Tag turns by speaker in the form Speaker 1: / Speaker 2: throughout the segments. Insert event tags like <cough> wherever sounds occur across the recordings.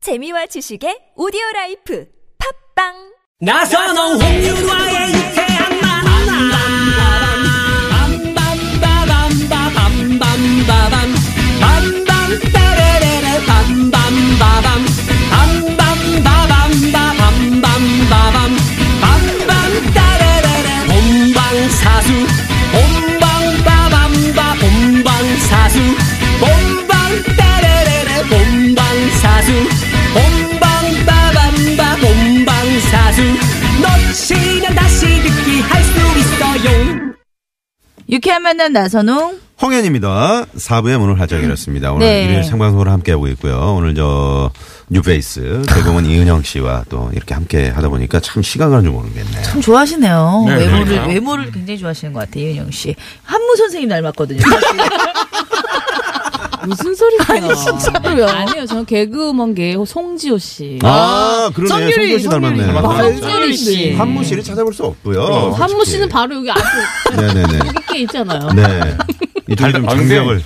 Speaker 1: 재미와 지식의 오디오 라이프 팝빵
Speaker 2: 나선홍 홍유라의 유쾌한 만남 빰빰빠밤빠밤빰빰빠밤 빰빰따레레레 빰빰빠밤 빰빰빠밤빠밤빰빰빠밤 빰빰따레레레 본방사수 본방빠밤빠 본방사수 본방따레레레 본방사수 본방빠밤빠 본방사수 놓치면 다시 듣기 할 수 있어요
Speaker 3: 유쾌한 만남 나선홍.
Speaker 4: 홍현입니다. 4부의 문을 활짝 열었습니다. 오늘
Speaker 3: 네.
Speaker 4: 일요일 생방송으로 함께하고 있고요. 오늘 저 뉴페이스 대공원 이은영 씨와 또 이렇게 함께 하다 보니까 참 시간 가는 줄 모르겠네요.
Speaker 3: 참 좋아하시네요.
Speaker 5: 네,
Speaker 3: 외모를
Speaker 5: 그러니까요.
Speaker 3: 외모를 굉장히 좋아하시는 것 같아요. 이은영 씨. 한무 선생님 닮았거든요.
Speaker 6: 무슨 소리세요? 아니 진짜로요. 아니에요. 저는 개그우먼계 송지호 씨.
Speaker 4: 아, 그러네요. 성규 씨 닮았네.
Speaker 5: 닮았네.
Speaker 6: 송지효 아, 씨. 네,
Speaker 4: 한무 씨를 찾아볼 수 없고요.
Speaker 6: 한무 씨는 바로 여기 앞에
Speaker 4: 네네네.
Speaker 6: 이렇게 있잖아요.
Speaker 4: 네. 이쪽에 좀
Speaker 5: 아, 근데
Speaker 4: 장벽을.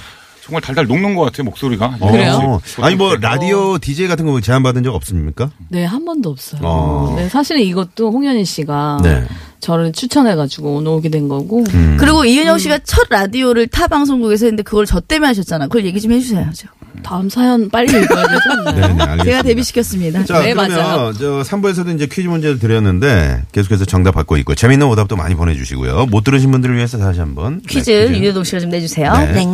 Speaker 5: 정말 달달 녹는 것 같아요 목소리가.
Speaker 4: 어. 아니 뭐 라디오 DJ 같은 거 제안받은 적 없습니까?
Speaker 6: 네, 한 번도 없어요.
Speaker 4: 어.
Speaker 6: 네, 사실은 이것도 홍현희 씨가
Speaker 4: 네. 음.
Speaker 6: 저를 추천해가지고 오늘 오게 된 거고.
Speaker 3: <laughs> 그리고 이은영 씨가 첫 라디오를 타 방송국에서 했는데 그걸 저 때문에 하셨잖아요. 그걸 얘기 좀 해주셔야죠.
Speaker 6: 다음 사연 빨리 읽어야 되지 않나요?
Speaker 4: 네네. 알겠습니다.
Speaker 3: 제가 데뷔시켰습니다.
Speaker 4: 자,
Speaker 6: 네,
Speaker 4: 그러면
Speaker 6: 맞아요.
Speaker 4: 저 3부에서도 이제 퀴즈 문제를 드렸는데 계속해서 정답 받고 있고 재밌는 오답도 많이 보내주시고요. 못 들으신 분들을 위해서 다시 한번
Speaker 3: 퀴즈
Speaker 4: 네,
Speaker 3: 윤여동 씨가 좀 내주세요.
Speaker 4: 네.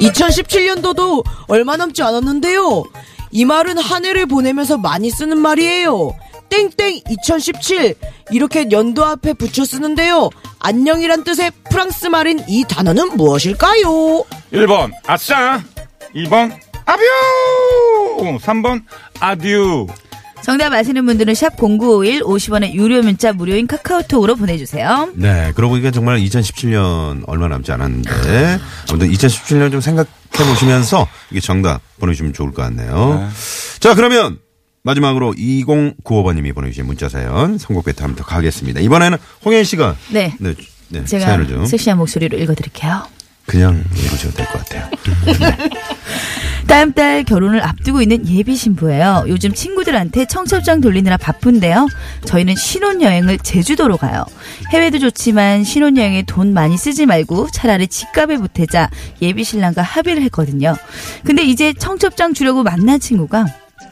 Speaker 7: 2017년도도 얼마 남지 않았는데요. 이 말은 한 해를 보내면서 많이 쓰는 말이에요. 땡땡 2017 이렇게 연도 앞에 붙여 쓰는데요. 안녕이란 뜻의 프랑스 말인 이 단어는 무엇일까요?
Speaker 5: 1번 아싸, 2번 아뷰, 3번 아듀.
Speaker 3: 정답 아시는 분들은 샵 0951 50원의 유료 문자 무료인 카카오톡으로 보내주세요.
Speaker 4: 네, 그러고 보니까 정말 2017년 얼마 남지 않았는데 아무튼 2017년 좀 생각해 보시면서 이게 정답 보내주시면 좋을 것 같네요. 자, 그러면 마지막으로 2095번님이 보내주신 문자 사연 선곡 배트 한번 더 가겠습니다. 이번에는 홍현 씨가
Speaker 3: 네.
Speaker 4: 네, 네,
Speaker 3: 제가
Speaker 4: 사연을 좀
Speaker 3: 섹시한 목소리로 읽어드릴게요.
Speaker 4: 그냥 읽으셔도 될 것 같아요.
Speaker 3: 다음 달 결혼을 앞두고 있는 예비 신부예요. 요즘 친구들한테 청첩장 돌리느라 바쁜데요. 저희는 신혼여행을 제주도로 가요. 해외도 좋지만 신혼여행에 돈 많이 쓰지 말고 차라리 집값에 보태자 예비 신랑과 합의를 했거든요. 근데 이제 청첩장 주려고 만난 친구가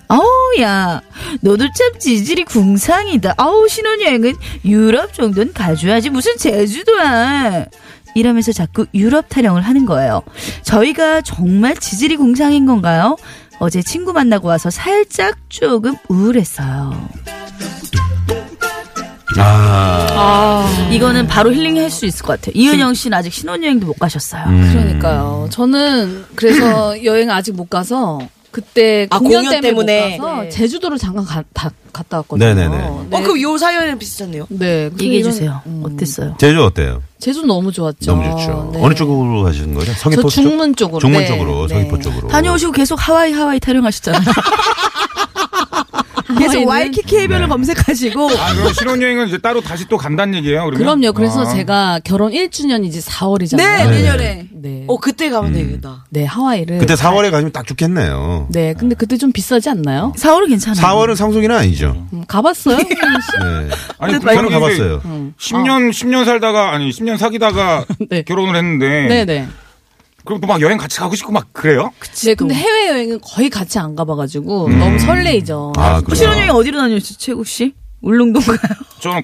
Speaker 3: 어우야 너도 참 지질이 궁상이다. 아우 신혼여행은 유럽 정도는 가줘야지 무슨 제주도야. 이러면서 자꾸 유럽 타령을 하는 거예요. 저희가 정말 지질이 공상인 건가요? 어제 친구 만나고 와서 살짝 조금 우울했어요.
Speaker 4: 아,
Speaker 3: 이거는 바로 힐링할 수 있을 것 같아요. 이은영 씨는 아직 신혼여행도 못 가셨어요.
Speaker 4: 음.
Speaker 6: 그러니까요. 저는 그래서 여행 아직 못 가서 그때
Speaker 7: 아,
Speaker 6: 공연,
Speaker 7: 공연
Speaker 6: 때문에,
Speaker 7: 때문에.
Speaker 6: 못 가서
Speaker 7: 네.
Speaker 6: 제주도로 잠깐 가- 다- 갔다 왔거든요.
Speaker 4: 네네네.
Speaker 6: 네.
Speaker 7: 어, 그럼 요 사연이랑 비슷하네요.
Speaker 6: 네, 그래서
Speaker 3: 얘기해
Speaker 6: 이런-
Speaker 3: 주세요.
Speaker 6: 음,
Speaker 3: 어땠어요?
Speaker 4: 제주 어때요?
Speaker 6: 제주 너무 좋았죠.
Speaker 4: 너무 좋죠.
Speaker 6: 네.
Speaker 4: 어느 쪽으로 가시는 거죠?
Speaker 6: 저
Speaker 4: 서귀포 쪽?
Speaker 6: 중문 쪽으로.
Speaker 4: 중문
Speaker 6: 네,
Speaker 4: 쪽으로, 뭐
Speaker 6: 네.
Speaker 4: 서귀포 쪽으로.
Speaker 3: 다녀오시고 계속 하와이 하와이
Speaker 6: <laughs>
Speaker 3: 타령하시잖아요. 계속
Speaker 6: 하와이는-
Speaker 3: 와이키키 해변을 검색하시고
Speaker 5: 아 그럼 신혼여행은 이제 따로 다시 또 간다는 얘기예요? 그러면?
Speaker 6: 그럼요. 그래서
Speaker 5: 아.
Speaker 6: 제가 결혼 1주년 이제 4월이잖아요.
Speaker 7: 네, 내년에.
Speaker 6: 네.
Speaker 7: 어, 그때
Speaker 4: 음.
Speaker 7: 가면 되겠다.
Speaker 6: 네, 하와이를.
Speaker 4: 그때 4월에 가시면 딱 좋겠네요.
Speaker 6: 네, 근데 그때 좀 비싸지 않나요?
Speaker 3: 4월은 괜찮아요.
Speaker 4: 4월은 상속이는 아니죠.
Speaker 6: 음, 가봤어요? 홍현 씨?
Speaker 4: 네.
Speaker 5: 아니
Speaker 4: 저는
Speaker 5: 그런 게
Speaker 4: 가봤어요.
Speaker 5: 10년 10년 살다가 아니 10년 사귀다가
Speaker 6: <laughs> 네.
Speaker 5: 결혼을 했는데
Speaker 6: 네, 네.
Speaker 5: 그럼 또 막 여행 같이 가고 싶고 막 그래요?
Speaker 6: 네, 근데 해외 여행은 거의 같이 안 가봐가지고 너무 설레이죠.
Speaker 4: 음. 아, 그래요?
Speaker 3: 신혼여행 어디로 다녀오셨죠? 최국 씨? 울릉도인가요?
Speaker 6: <laughs>
Speaker 5: 저는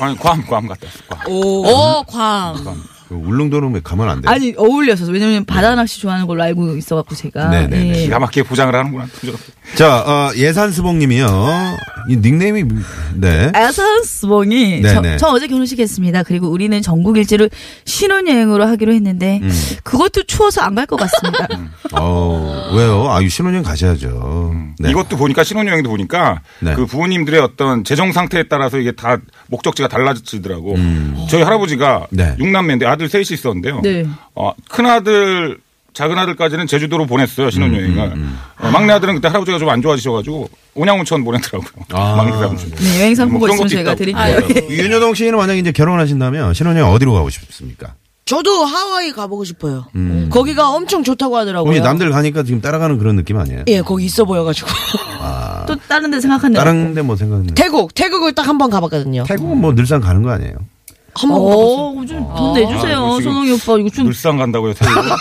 Speaker 5: 아니 괌 괌 갔다 왔어요. 괌.
Speaker 7: 오.
Speaker 6: 오, 광.
Speaker 4: 그 울릉도는 왜 가면 안 돼요?
Speaker 3: 아니 어울려서 왜냐면 바다 낚시 좋아하는 걸로 알고 있어갖고 제가
Speaker 4: 네네네.
Speaker 3: 예.
Speaker 5: 기가 막히게 보장을 하는구나.
Speaker 4: 자, 어, 예산수봉님이요. 이 닉네임이 네.
Speaker 3: 아산스봉이 저,
Speaker 4: 네네.
Speaker 3: 저 어제 결혼식 했습니다. 그리고 우리는 전국 일지를 신혼여행으로 하기로 했는데 그것도 추워서 안 갈 것 같습니다.
Speaker 4: 어, 왜요? 아, 이 신혼여행 가셔야죠. 네.
Speaker 5: 이것도 보니까 신혼여행도 보니까
Speaker 4: 네.
Speaker 5: 그 부모님들의 어떤 재정 상태에 따라서 이게 다 목적지가 달라지더라고. 저희 할아버지가
Speaker 4: 음. 네.
Speaker 5: 육남매인데 아들 셋이 있었는데요.
Speaker 3: 네.
Speaker 5: 어, 큰 아들 작은 아들까지는 제주도로 보냈어요 신혼여행을.
Speaker 4: 음,
Speaker 5: 어, 막내 아들은 그때 할아버지가 좀 안 좋아지셔가지고 온양온천 보내더라고요.
Speaker 4: 아.
Speaker 5: <laughs> 막내 삼촌.
Speaker 3: 네, 여행 상품권
Speaker 5: 뭐 그런
Speaker 3: 있으면 저희가
Speaker 5: 것도 있다고.
Speaker 3: 드릴게요. 아, 예.
Speaker 5: 네.
Speaker 4: 윤여동 씨는 만약에 이제 결혼하신다면 신혼여행 어디로 가고 싶습니까?
Speaker 7: 저도 하와이 가보고 싶어요. 거기가 엄청 좋다고
Speaker 6: 아,
Speaker 7: 하더라고요.
Speaker 4: 혹시 음. 남들 가니까 지금 따라가는 그런 느낌 아니에요?
Speaker 7: 예, 거기 있어 보여가지고.
Speaker 3: <laughs>
Speaker 7: <laughs>
Speaker 3: 또 다른 데
Speaker 6: 네.
Speaker 3: 생각하는 데
Speaker 4: 다른 데 뭐 생각하는.
Speaker 7: 태국, 태국을 딱 한 번 가봤거든요.
Speaker 4: 태국은 뭐 늘상 가는 거 아니에요?
Speaker 7: 한 번 가봤어요.
Speaker 3: 어, 좀돈 내주세요,
Speaker 5: 아, 이거 지금
Speaker 3: 선홍이 오빠. 이거 좀
Speaker 5: 늘상 간다고요. 태국은?
Speaker 3: 아,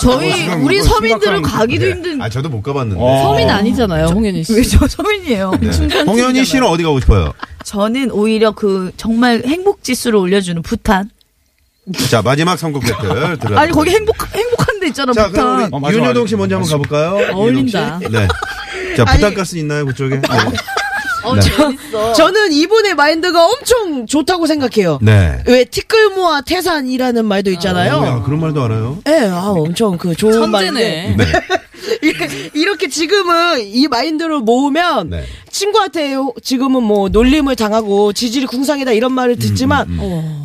Speaker 6: 저희
Speaker 5: 이거
Speaker 6: 우리
Speaker 5: 심각한
Speaker 6: 서민들은 가기도
Speaker 4: 네.
Speaker 6: 힘든
Speaker 4: 아 저도 못 가봤는데.
Speaker 5: 어.
Speaker 6: 서민 아니잖아요, 홍현희 씨. 네.
Speaker 3: 왜 저 서민이에요?
Speaker 4: 네. 홍현희 씨는 어디 가고 싶어요?
Speaker 3: 저는 오히려 그 정말 행복 지수를 올려주는 부탄.
Speaker 4: 자 마지막 선곡 배틀 들어.
Speaker 3: 아니 거기 행복 한데 있잖아
Speaker 4: 자
Speaker 3: 부탄.
Speaker 4: 그럼
Speaker 5: 아,
Speaker 4: 우리
Speaker 5: 맞아,
Speaker 4: 윤여동
Speaker 5: 맞아.
Speaker 4: 씨 먼저 한번 가볼까요?
Speaker 6: 어울린다.
Speaker 4: 윤여동 씨? 네. 자 부탄가스 있나요 그쪽에? 네.
Speaker 6: 어, 재밌어.
Speaker 7: 저는 이분의 마인드가 엄청 좋다고 생각해요.
Speaker 4: 네. 어,
Speaker 7: 왜 티끌모아 태산이라는 말도
Speaker 4: 야,
Speaker 7: 있잖아요.
Speaker 4: 그런 말도 알아요?
Speaker 7: 예, 아, 엄청 그 좋은
Speaker 6: 천재네.
Speaker 7: 말인데 <laughs> 예,
Speaker 4: 네.
Speaker 7: 이렇게, 이렇게 지금은 이 마인드로 모으면
Speaker 4: 네.
Speaker 7: 친구한테 지금은 뭐 놀림을 당하고 지질이 궁상이다 이런 말을 듣지만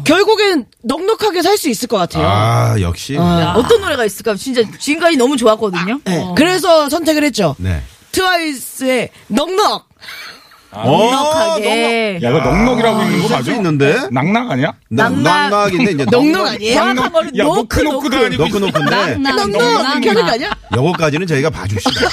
Speaker 7: 결국엔 넉넉하게 살 수 있을 것 같아요.
Speaker 4: 아 역시.
Speaker 3: 야, 네. 어떤 노래가 있을까? 진짜 지금까지 너무 좋았거든요.
Speaker 7: 예, 그래서 선택을 했죠.
Speaker 4: 네.
Speaker 7: 트와이스의 넉넉.
Speaker 3: 넉넉하게.
Speaker 5: 야, 이거 넉넉이라고 읽는 거
Speaker 4: 할수
Speaker 5: 아, 맞아?
Speaker 4: 어? 있는데.
Speaker 5: 낙낙 아니야?
Speaker 3: 낙낙.
Speaker 4: 낙낙인데 이제
Speaker 7: 넉넉 아니에요?
Speaker 3: 정확한 그 거는
Speaker 5: 야, 뭐
Speaker 3: 노크
Speaker 5: 노크
Speaker 3: 노크.
Speaker 5: 노크도 아니고.
Speaker 4: 넣고 놓고인데
Speaker 7: 넉넉
Speaker 3: 그
Speaker 7: 이렇게 하는 거 아니야?
Speaker 4: 요거까지는 저희가 봐줍시다.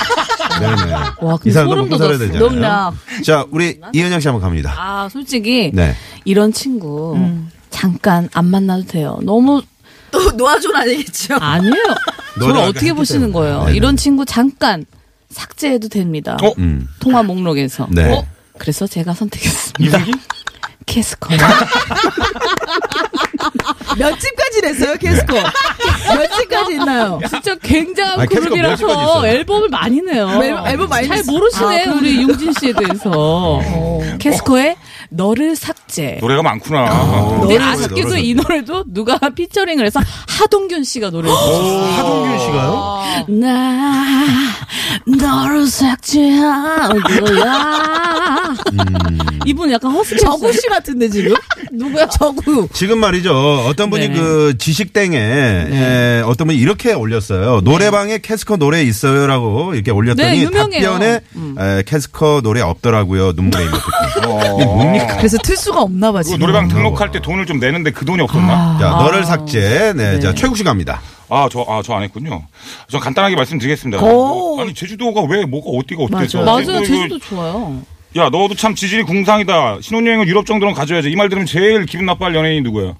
Speaker 4: 네네.
Speaker 6: 와,
Speaker 4: 이
Speaker 6: 근데
Speaker 4: 사람도
Speaker 6: 소름
Speaker 4: 먹고 살아야
Speaker 6: 돋았어.
Speaker 4: 되잖아요.
Speaker 3: 넉넉.
Speaker 4: 자, 우리 이현영 씨 한번 갑니다.
Speaker 6: 아, 솔직히
Speaker 4: 네.
Speaker 6: 이런 친구
Speaker 7: 음.
Speaker 6: 잠깐 안 만나도 돼요. 너무
Speaker 3: 또 노아존 아니겠죠?
Speaker 4: <laughs>
Speaker 6: 아니에요. 저를
Speaker 4: 너를 아까
Speaker 6: 어떻게
Speaker 4: 했기 때문에.
Speaker 6: 보시는 거예요?
Speaker 4: 네네.
Speaker 6: 이런 친구 잠깐 삭제해도 됩니다.
Speaker 5: 어?
Speaker 4: 음.
Speaker 6: 통화 목록에서.
Speaker 4: 네.
Speaker 6: 어? 그래서 제가 선택했습니다.
Speaker 5: 이승기?
Speaker 6: <laughs> 캐스커.
Speaker 7: <laughs> 몇 집까지 냈어요, 캐스코? 몇 집까지 있나요?
Speaker 6: 진짜 굉장한
Speaker 4: 아니, 캐스커 몇 집까지
Speaker 6: 그룹이라서
Speaker 4: 있어요?
Speaker 6: 앨범을 많이 내요.
Speaker 7: 앨범- 앨범 많이 아,
Speaker 6: 잘
Speaker 7: 냈어.
Speaker 6: 모르시네 우리 융진 씨에 대해서.
Speaker 7: 어.
Speaker 6: 캐스커의 너를 삭제.
Speaker 5: 노래가 많구나.
Speaker 3: 아.
Speaker 6: 근데
Speaker 4: 노래를
Speaker 6: 어, 아쉽게도
Speaker 4: 삭제.
Speaker 6: 이 노래도 누가 피처링을 해서 하동균 씨가 노래를 불렀어요.
Speaker 4: 하동균 씨가요?
Speaker 6: 나 너를 삭제한 거야.
Speaker 4: 음.
Speaker 6: 이분 약간 허스키 저구 씨 같은데 지금 누구야 저구?
Speaker 4: 지금 말이죠. 어떤 분이
Speaker 6: 네네.
Speaker 4: 그 지식땡에 예, 어떤 분이 이렇게 올렸어요. 노래방에 캐스커 노래 있어요라고 이렇게
Speaker 6: 네,
Speaker 4: 올렸더니
Speaker 6: 유명해요.
Speaker 4: 답변에 에, 캐스커 노래 없더라고요. 눈물의 이모티콘.
Speaker 5: 어.
Speaker 3: 그래서 틀 수가 없나 봐
Speaker 5: 그거
Speaker 3: 지금.
Speaker 5: 노래방 등록할 때 돈을 좀 내는데 그 돈이
Speaker 6: 아.
Speaker 5: 없었나?
Speaker 4: 자, 너를 삭제. 네, 자, 최국 씨 갑니다.
Speaker 5: 아, 저, 아, 저 안 했군요. 전 간단하게 말씀드리겠습니다. 뭐, 아니, 제주도가 왜, 뭐가, 어디가 어때서.
Speaker 6: 맞아요
Speaker 5: 이거-
Speaker 6: 제주도 좋아요.
Speaker 5: 야, 너도 참 지질이 궁상이다. 신혼여행은 유럽 정도는 가져야지. 이 말 들으면 제일 기분 나빠할 연예인이 누구야?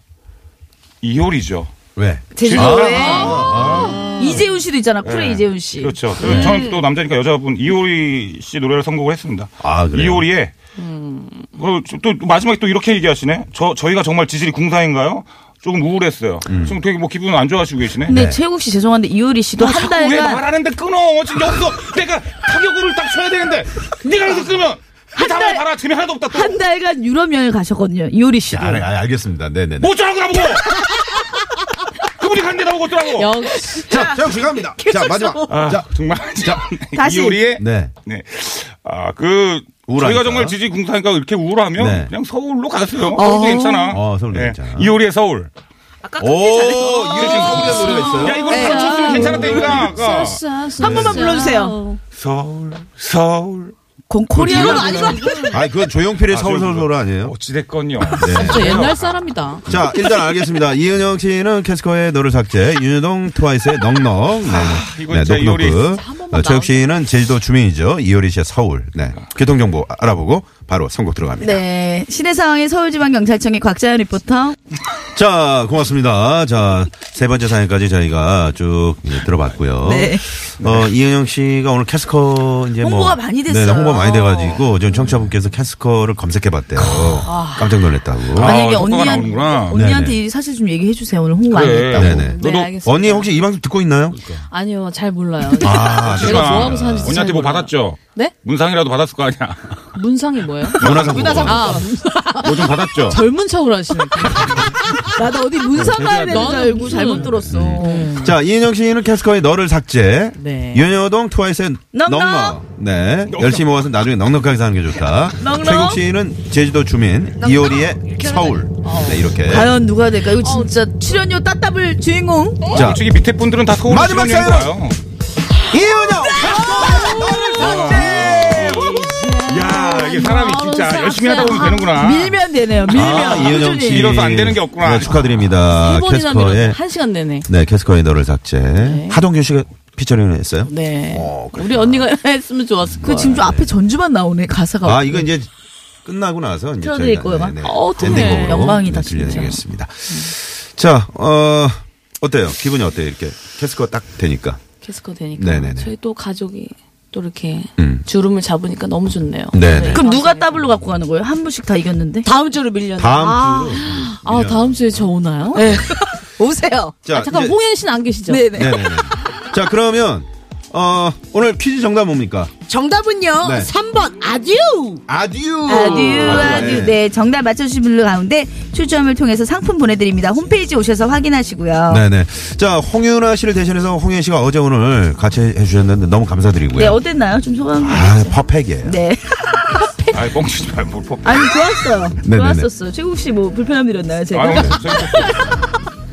Speaker 5: 이효리죠.
Speaker 4: 왜?
Speaker 3: 제주도에
Speaker 4: 아,
Speaker 3: 이재훈 씨도 있잖아. 쿨의
Speaker 5: 네.
Speaker 3: 이재훈 씨.
Speaker 5: 그렇죠. 저는 또 남자니까 여자분 이효리 씨 노래를 선곡을 했습니다.
Speaker 4: 아, 그래요?
Speaker 5: 이효리의
Speaker 6: 음.
Speaker 5: 어, 또 마지막에 또 이렇게 얘기하시네. 저 저희가 정말 지질이 궁상인가요? 조금 우울했어요.
Speaker 4: 음.
Speaker 5: 지금 되게 뭐 기분 안 좋아하시고 계시네.
Speaker 3: 근데 최국 씨 죄송한데 이효리 씨도 한
Speaker 5: 왜
Speaker 3: 달간
Speaker 5: 말하는데 끊어? 지금 여기서 내가 타격을 딱 쳐야 되는데 네가 여기서 끊으면 그 다음에 봐라 재미 하나도 없다 또.
Speaker 3: 한 달간 유럽 여행 가셨거든요. 이효리 씨도.
Speaker 4: 아, 알- 알- 알겠습니다. 네네네.
Speaker 5: 뭐 어쩌라고 나보고. 그분이 간데 나보고 어쩌라고.
Speaker 6: 역시
Speaker 4: 자, 최국 씨 갑니다. 자, 마지막.
Speaker 5: 아,
Speaker 4: 자,
Speaker 5: 정말
Speaker 3: 다시.
Speaker 5: 이효리의
Speaker 4: 네.
Speaker 5: 네. 아, 그,
Speaker 4: 우울하니까.
Speaker 5: 저희가 정말 지지 궁사니까 이렇게 우울하면
Speaker 4: 네.
Speaker 5: 그냥 서울로 가세요. 서울도 괜찮아. 네.
Speaker 4: 어, 서울도 괜찮아.
Speaker 5: 이효리의 서울.
Speaker 4: 오, 이게 지금 서울에 노래가 있어요.
Speaker 5: 야,
Speaker 3: 네.
Speaker 5: 이걸 감췄으면
Speaker 3: 아.
Speaker 5: 괜찮았다니까. 까
Speaker 3: 한 번만
Speaker 7: 그렇죠.
Speaker 3: 불러주세요.
Speaker 5: 서울, 서울.
Speaker 3: 공 코리아가 아니
Speaker 4: 아니, 그건 조용필의 서울 서울 서울 아니에요?
Speaker 5: 어찌됐건요.
Speaker 4: 네.
Speaker 6: 진짜 옛날 사람이다.
Speaker 4: 자, 일단 알겠습니다. 이은영 씨는 캐스커의 너를 삭제, 윤여동 트와이스의 넉넉,
Speaker 5: 아, 이거
Speaker 4: 네, 네,
Speaker 5: 진짜 이효리.
Speaker 4: 녹록그,
Speaker 6: 한 번만
Speaker 4: 어, 최욱 씨는 제주도 주민이죠. 이효리 씨의 서울, 네, 교통 정보 알아보고 바로 선곡 들어갑니다.
Speaker 3: 네. 시내 상황에 서울지방경찰청의 곽자연 리포터.
Speaker 4: 자, 고맙습니다. 자, 세 번째 사연까지 저희가 쭉 이제 들어봤고요.
Speaker 3: 네.
Speaker 4: 어, 이은영 씨가 오늘 캐스커 이제 뭐
Speaker 3: 홍보가 많이 됐어요.
Speaker 4: 네, 홍보 많이 돼가지고 지금 청취자분께서 캐스커를 검색해봤대요. 깜짝 놀랐다고.
Speaker 5: 아,
Speaker 3: 아니, 이게
Speaker 5: 효과가
Speaker 3: 언니한-
Speaker 5: 나오는구나.
Speaker 3: 언니한테
Speaker 4: 네네.
Speaker 3: 이 사실 좀 얘기해 주세요. 오늘 홍보 많이
Speaker 5: 그래.
Speaker 3: 했다고.
Speaker 4: 네네.
Speaker 6: 네,
Speaker 5: 너도
Speaker 6: 알겠습니다.
Speaker 4: 언니 혹시 이 방송 듣고 있나요?
Speaker 6: 아니요, 잘 몰라요.
Speaker 4: 아,
Speaker 6: 제가
Speaker 5: 아,
Speaker 6: 좋아하고 사는지 진짜
Speaker 5: 언니한테
Speaker 6: 잘
Speaker 5: 뭐
Speaker 6: 몰라요.
Speaker 5: 받았죠?
Speaker 6: 네?
Speaker 5: 문상이라도 받았을 거 아니야.
Speaker 6: 문상이 뭐예요?
Speaker 4: 문화상
Speaker 6: 아,
Speaker 5: 뭐 좀 받았죠?
Speaker 6: 젊은 척을 하시는.
Speaker 3: 나도 어디 문상 가야 되는 줄
Speaker 6: 나는
Speaker 3: 알고
Speaker 6: 무슨-
Speaker 3: 잘못 들었어.
Speaker 4: 자, 이은영 씨는 캐스커의 너를 삭제.
Speaker 6: 음. 네.
Speaker 4: 윤여동 트와이스의
Speaker 3: 넉넉.
Speaker 4: 넉넉. 네. 열심히 모아서 나중에 넉넉하게 사는 게 좋다. 최국 씨는 제주도 주민, 이효리의 서울.
Speaker 6: 어.
Speaker 4: 네, 이렇게.
Speaker 3: 과연 누가 될까? 이거 진짜 출연료 따따블 주인공.
Speaker 6: 어.
Speaker 4: 자,
Speaker 5: 솔직히 밑에 분들은 다 서울로
Speaker 4: 마지막
Speaker 5: 신혼여행
Speaker 4: 사연!
Speaker 6: 어.
Speaker 5: 가요.
Speaker 4: 이은영! 캐스커의 너를 삭제! 아,
Speaker 5: 야, 아, 이게 사람이 진짜 열심히 하다 보면 되는구나.
Speaker 6: 아, 밀면 되네요. 밀면.
Speaker 4: 아, 이은영
Speaker 6: 꾸준히.
Speaker 4: 씨.
Speaker 5: 밀어서 안 되는 게 없구나.
Speaker 4: 네, 축하드립니다.
Speaker 6: 세 번이나 밀었어요. 네.
Speaker 4: 캐스커의,
Speaker 6: 한 시간 내내.
Speaker 4: 네, 캐스커의 너를 삭제. 하동균 씨가 피처링을 했어요?
Speaker 6: 네.
Speaker 4: 어, 그래.
Speaker 6: 우리 언니가 했으면 좋았을
Speaker 3: 그
Speaker 6: 거야.
Speaker 3: 지금 좀 앞에 전주만 나오네 가사가.
Speaker 4: 아, 이거 이제 끝나고 나서 이제
Speaker 6: 틀어드릴
Speaker 4: 저희가
Speaker 6: 거예요.
Speaker 4: 네, 네.
Speaker 6: 어, 어떡해.
Speaker 4: 엔딩곡으로
Speaker 3: 영광이다,
Speaker 4: 네,
Speaker 3: 진짜.
Speaker 4: 들려드리겠습니다. 자, 어, 어때요? 기분이 어때요? 이렇게 캐스커 딱 되니까.
Speaker 6: 캐스커 되니까.
Speaker 4: 네네네.
Speaker 6: 저희 또 가족이 또 이렇게
Speaker 4: 음.
Speaker 6: 주름을 잡으니까 너무 좋네요.
Speaker 4: 네네.
Speaker 6: 네,
Speaker 3: 그럼 누가
Speaker 6: 감사합니다.
Speaker 3: 더블로 갖고 가는 거예요? 한 분씩 다 이겼는데.
Speaker 7: 다음 주로 밀려나.
Speaker 4: 다음 주로.
Speaker 6: 아, 다음 주에 저 오나요?
Speaker 7: 네. 오세요.
Speaker 4: 자,
Speaker 6: 아, 잠깐
Speaker 4: 이제-
Speaker 6: 홍현 씨는 안 계시죠?
Speaker 4: 네네네. 자, 그러면, 어, 오늘 퀴즈 정답 뭡니까?
Speaker 7: 정답은요.
Speaker 4: 네.
Speaker 7: 3번 아듀.
Speaker 4: 아듀!
Speaker 3: 아듀 아듀 네 정답 맞춰주신 분들 가운데 추첨을 통해서 상품 보내드립니다 홈페이지 오셔서 확인하시고요 네,
Speaker 4: 네네. 자, 홍윤아 씨를 대신해서 홍윤 씨가 어제 오늘 같이 해주셨는데 너무 감사드리고요.
Speaker 3: 네, 어땠나요 좀 소감
Speaker 4: 아, 퍼펙이에요.
Speaker 3: 네
Speaker 5: 아, 뻥치지 말고. 뭐.
Speaker 3: 아니 좋았어요
Speaker 4: 네네네.
Speaker 3: 좋았었어요 최국 씨 뭐 불편함 드렸나요
Speaker 5: 아,
Speaker 3: 제가
Speaker 5: 오늘 저희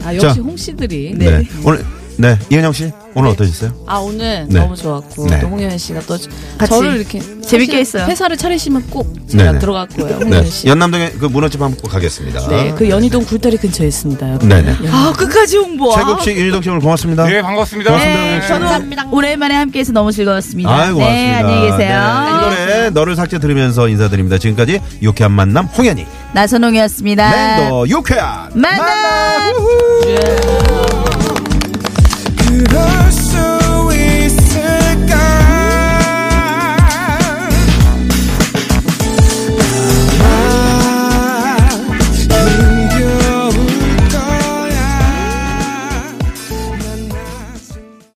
Speaker 6: 아, 역시
Speaker 4: 자.
Speaker 6: 홍 씨들이.
Speaker 4: 네. 오늘, 네. 이은영 씨, 오늘 어떠셨어요?
Speaker 6: 아 오늘
Speaker 4: 네.
Speaker 6: 너무 좋았고
Speaker 4: 네.
Speaker 6: 또 홍현 씨가 또
Speaker 3: 같이
Speaker 6: 저를 이렇게
Speaker 3: 재밌게
Speaker 6: 사실
Speaker 3: 했어요.
Speaker 6: 회사를 차리시면 꼭 제가
Speaker 4: 네네.
Speaker 6: 들어갈 거예요.
Speaker 4: 네. 아,
Speaker 6: 홍현 씨.
Speaker 4: 연남동에 그 문어집 한번 꼭 가겠습니다.
Speaker 6: 네, 그 연희동 굴다리 근처에 있습니다. 여러분.
Speaker 4: 네네.
Speaker 3: 아 끝까지 홍보
Speaker 4: 최국 씨, 윤희동 씨 오늘 고맙습니다.
Speaker 5: 네, 반갑습니다.
Speaker 4: 고맙습니다.
Speaker 5: 네.
Speaker 3: 저는 오랜만에 함께해서 너무 즐거웠습니다
Speaker 4: 아이, 고맙습니다.
Speaker 3: 네 안녕히 계세요
Speaker 4: 네, 이 노래 너를 삭제 들으면서 인사드립니다. 지금까지 유쾌한 만남 홍현이.
Speaker 3: 나선홍이었습니다
Speaker 4: 랜더 유쾌한
Speaker 3: 만남!
Speaker 4: 우후.
Speaker 8: 그럴